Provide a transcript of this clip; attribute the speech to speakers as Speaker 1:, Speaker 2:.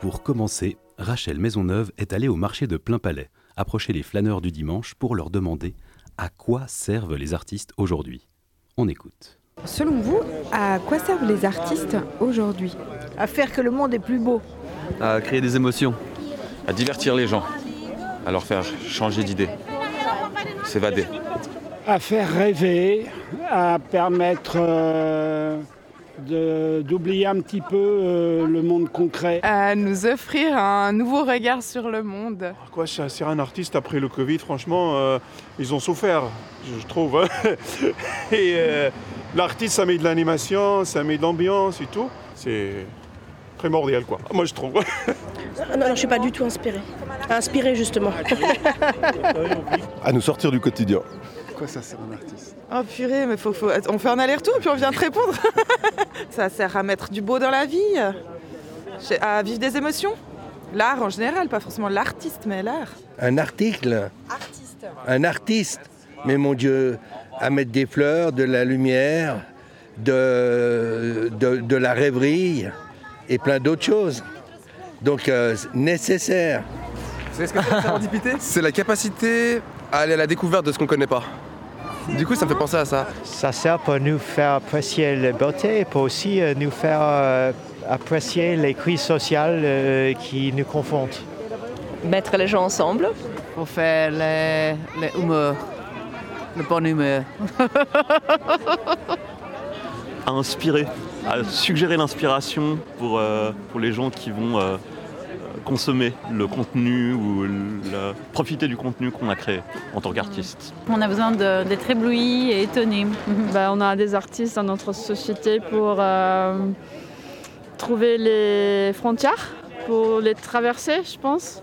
Speaker 1: Pour commencer, Rachel Maisonneuve est allée au marché de plein palais, approcher les flâneurs du dimanche pour leur demander à quoi servent les artistes aujourd'hui. On écoute.
Speaker 2: Selon vous, à quoi servent les artistes aujourd'hui
Speaker 3: À faire que le monde est plus beau.
Speaker 4: à créer des émotions.
Speaker 5: à divertir les gens, à leur faire changer d'idée, s'évader.
Speaker 6: à faire rêver, à permettre euh, de- d'oublier un petit peu euh, le monde concret.
Speaker 7: à nous offrir un nouveau regard sur le monde.
Speaker 8: À quoi ça sert un artiste après le Covid Franchement, euh, ils ont souffert, je je trouve. hein. Et euh, l'artiste, ça met de l'animation, ça met de l'ambiance et tout. C'est primordial, quoi. Moi, je trouve.
Speaker 9: Ah non, non, je suis pas du tout inspirée. Inspirée justement.
Speaker 10: à nous sortir du quotidien.
Speaker 11: Quoi ça sert un artiste
Speaker 12: Oh purée, mais faut, faut- on fait un aller-retour puis on vient te répondre. ça sert à mettre du beau dans la vie, J'ai- à vivre des émotions. L'art en général, pas forcément l'artiste, mais l'art.
Speaker 13: Un article Un artiste Mais mon Dieu, à mettre des fleurs, de la lumière, de, de, de la rêverie et plein d'autres choses. Donc euh, c'est nécessaire.
Speaker 11: C'est ce que c'est la sérendipité C'est la capacité à aller à la découverte de ce qu'on connaît pas. Du coup, ça me fait penser à ça.
Speaker 14: Ça sert pour nous faire apprécier la beauté et pour aussi euh, nous faire euh, apprécier les crises sociales euh, qui nous confrontent.
Speaker 15: Mettre les gens ensemble.
Speaker 16: Pour faire les, les humeurs, le bonne humeur.
Speaker 17: à inspirer, à suggérer l'inspiration pour, euh, pour les gens qui vont euh, consommer le contenu ou le- profiter du contenu qu'on a créé en tant qu'artiste.
Speaker 18: On a besoin de- d'être ébloui et étonné. on a des artistes dans notre société pour euh, trouver les frontières, pour les traverser, je pense.